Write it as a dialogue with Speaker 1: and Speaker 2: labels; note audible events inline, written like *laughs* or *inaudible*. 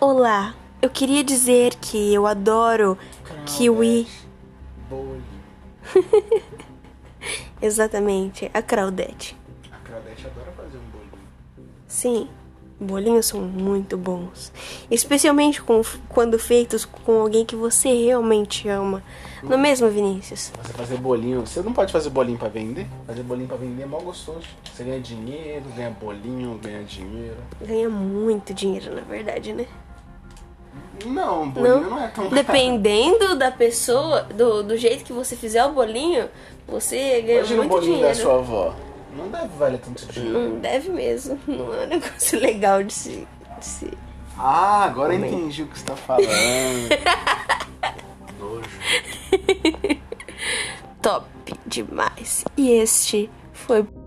Speaker 1: Olá, eu queria dizer que eu adoro kiwi.
Speaker 2: Bowling.
Speaker 1: Exatamente, a Claudete.
Speaker 2: A Claudete adora fazer um bolinho.
Speaker 1: Sim, bolinhos são muito bons. Especialmente com- quando feitos com alguém que você realmente ama. Não é mesmo, Vinícius?
Speaker 2: Você fazer bolinho, você não pode fazer bolinho pra vender? Fazer bolinho pra vender é mó gostoso. Você ganha dinheiro, ganha bolinho, ganha dinheiro.
Speaker 1: Ganha muito dinheiro, na verdade,
Speaker 2: *laughs*
Speaker 1: né?
Speaker 2: Não, bolinho
Speaker 1: Não,
Speaker 2: não, é tão caro. *laughs*
Speaker 1: dependendo da pessoa, do, do jeito que você fizer o bolinho, você ganha
Speaker 2: Imagina um
Speaker 1: muito
Speaker 2: bolinho da
Speaker 1: dinheiro. Hum.
Speaker 2: sua avó. Não deve valer tanto dinheiro.
Speaker 1: Não deve mesmo. *laughs* Não é um negócio legal de se. De se...
Speaker 2: Ah, agora eu entendi o que você
Speaker 1: *laughs*
Speaker 2: tá falando. Nojo.
Speaker 1: Top demais. E este foi